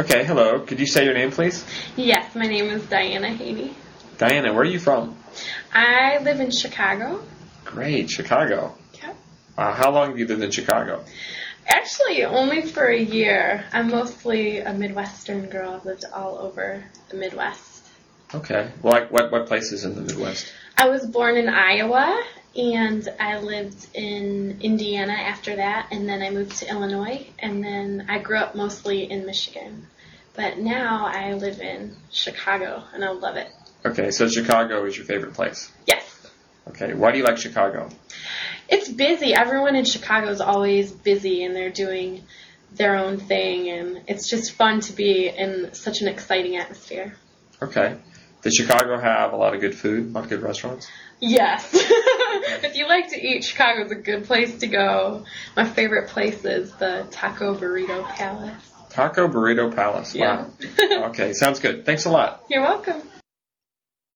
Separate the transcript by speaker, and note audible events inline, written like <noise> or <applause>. Speaker 1: Okay, hello. Could you say your name, please?
Speaker 2: Yes, my name is Diana Haney.
Speaker 1: Diana, where are you from?
Speaker 2: I live in Chicago.
Speaker 1: Great, Chicago.
Speaker 2: Yep.
Speaker 1: Uh, how long have you lived in Chicago?
Speaker 2: Actually, only for a year. I'm mostly a Midwestern girl. I've lived all over the Midwest.
Speaker 1: Okay. Like what what places in the Midwest?
Speaker 2: I was born in Iowa, and I lived in Indiana after that, and then I moved to Illinois, and then I grew up mostly in Michigan. But now I live in Chicago, and I love it.
Speaker 1: Okay, so Chicago is your favorite place.
Speaker 2: Yes.
Speaker 1: Okay, why do you like Chicago?
Speaker 2: it's busy. Everyone in Chicago is always busy and they're doing their own thing and it's just fun to be in such an exciting atmosphere.
Speaker 1: Okay. Does Chicago have a lot of good food, a lot of good restaurants?
Speaker 2: Yes. <laughs> if you like to eat, Chicago's a good place to go. My favorite place is the Taco Burrito Palace.
Speaker 1: <laughs> Taco Burrito Palace. Wow. okay, sounds good. Thanks a lot.
Speaker 2: You're welcome.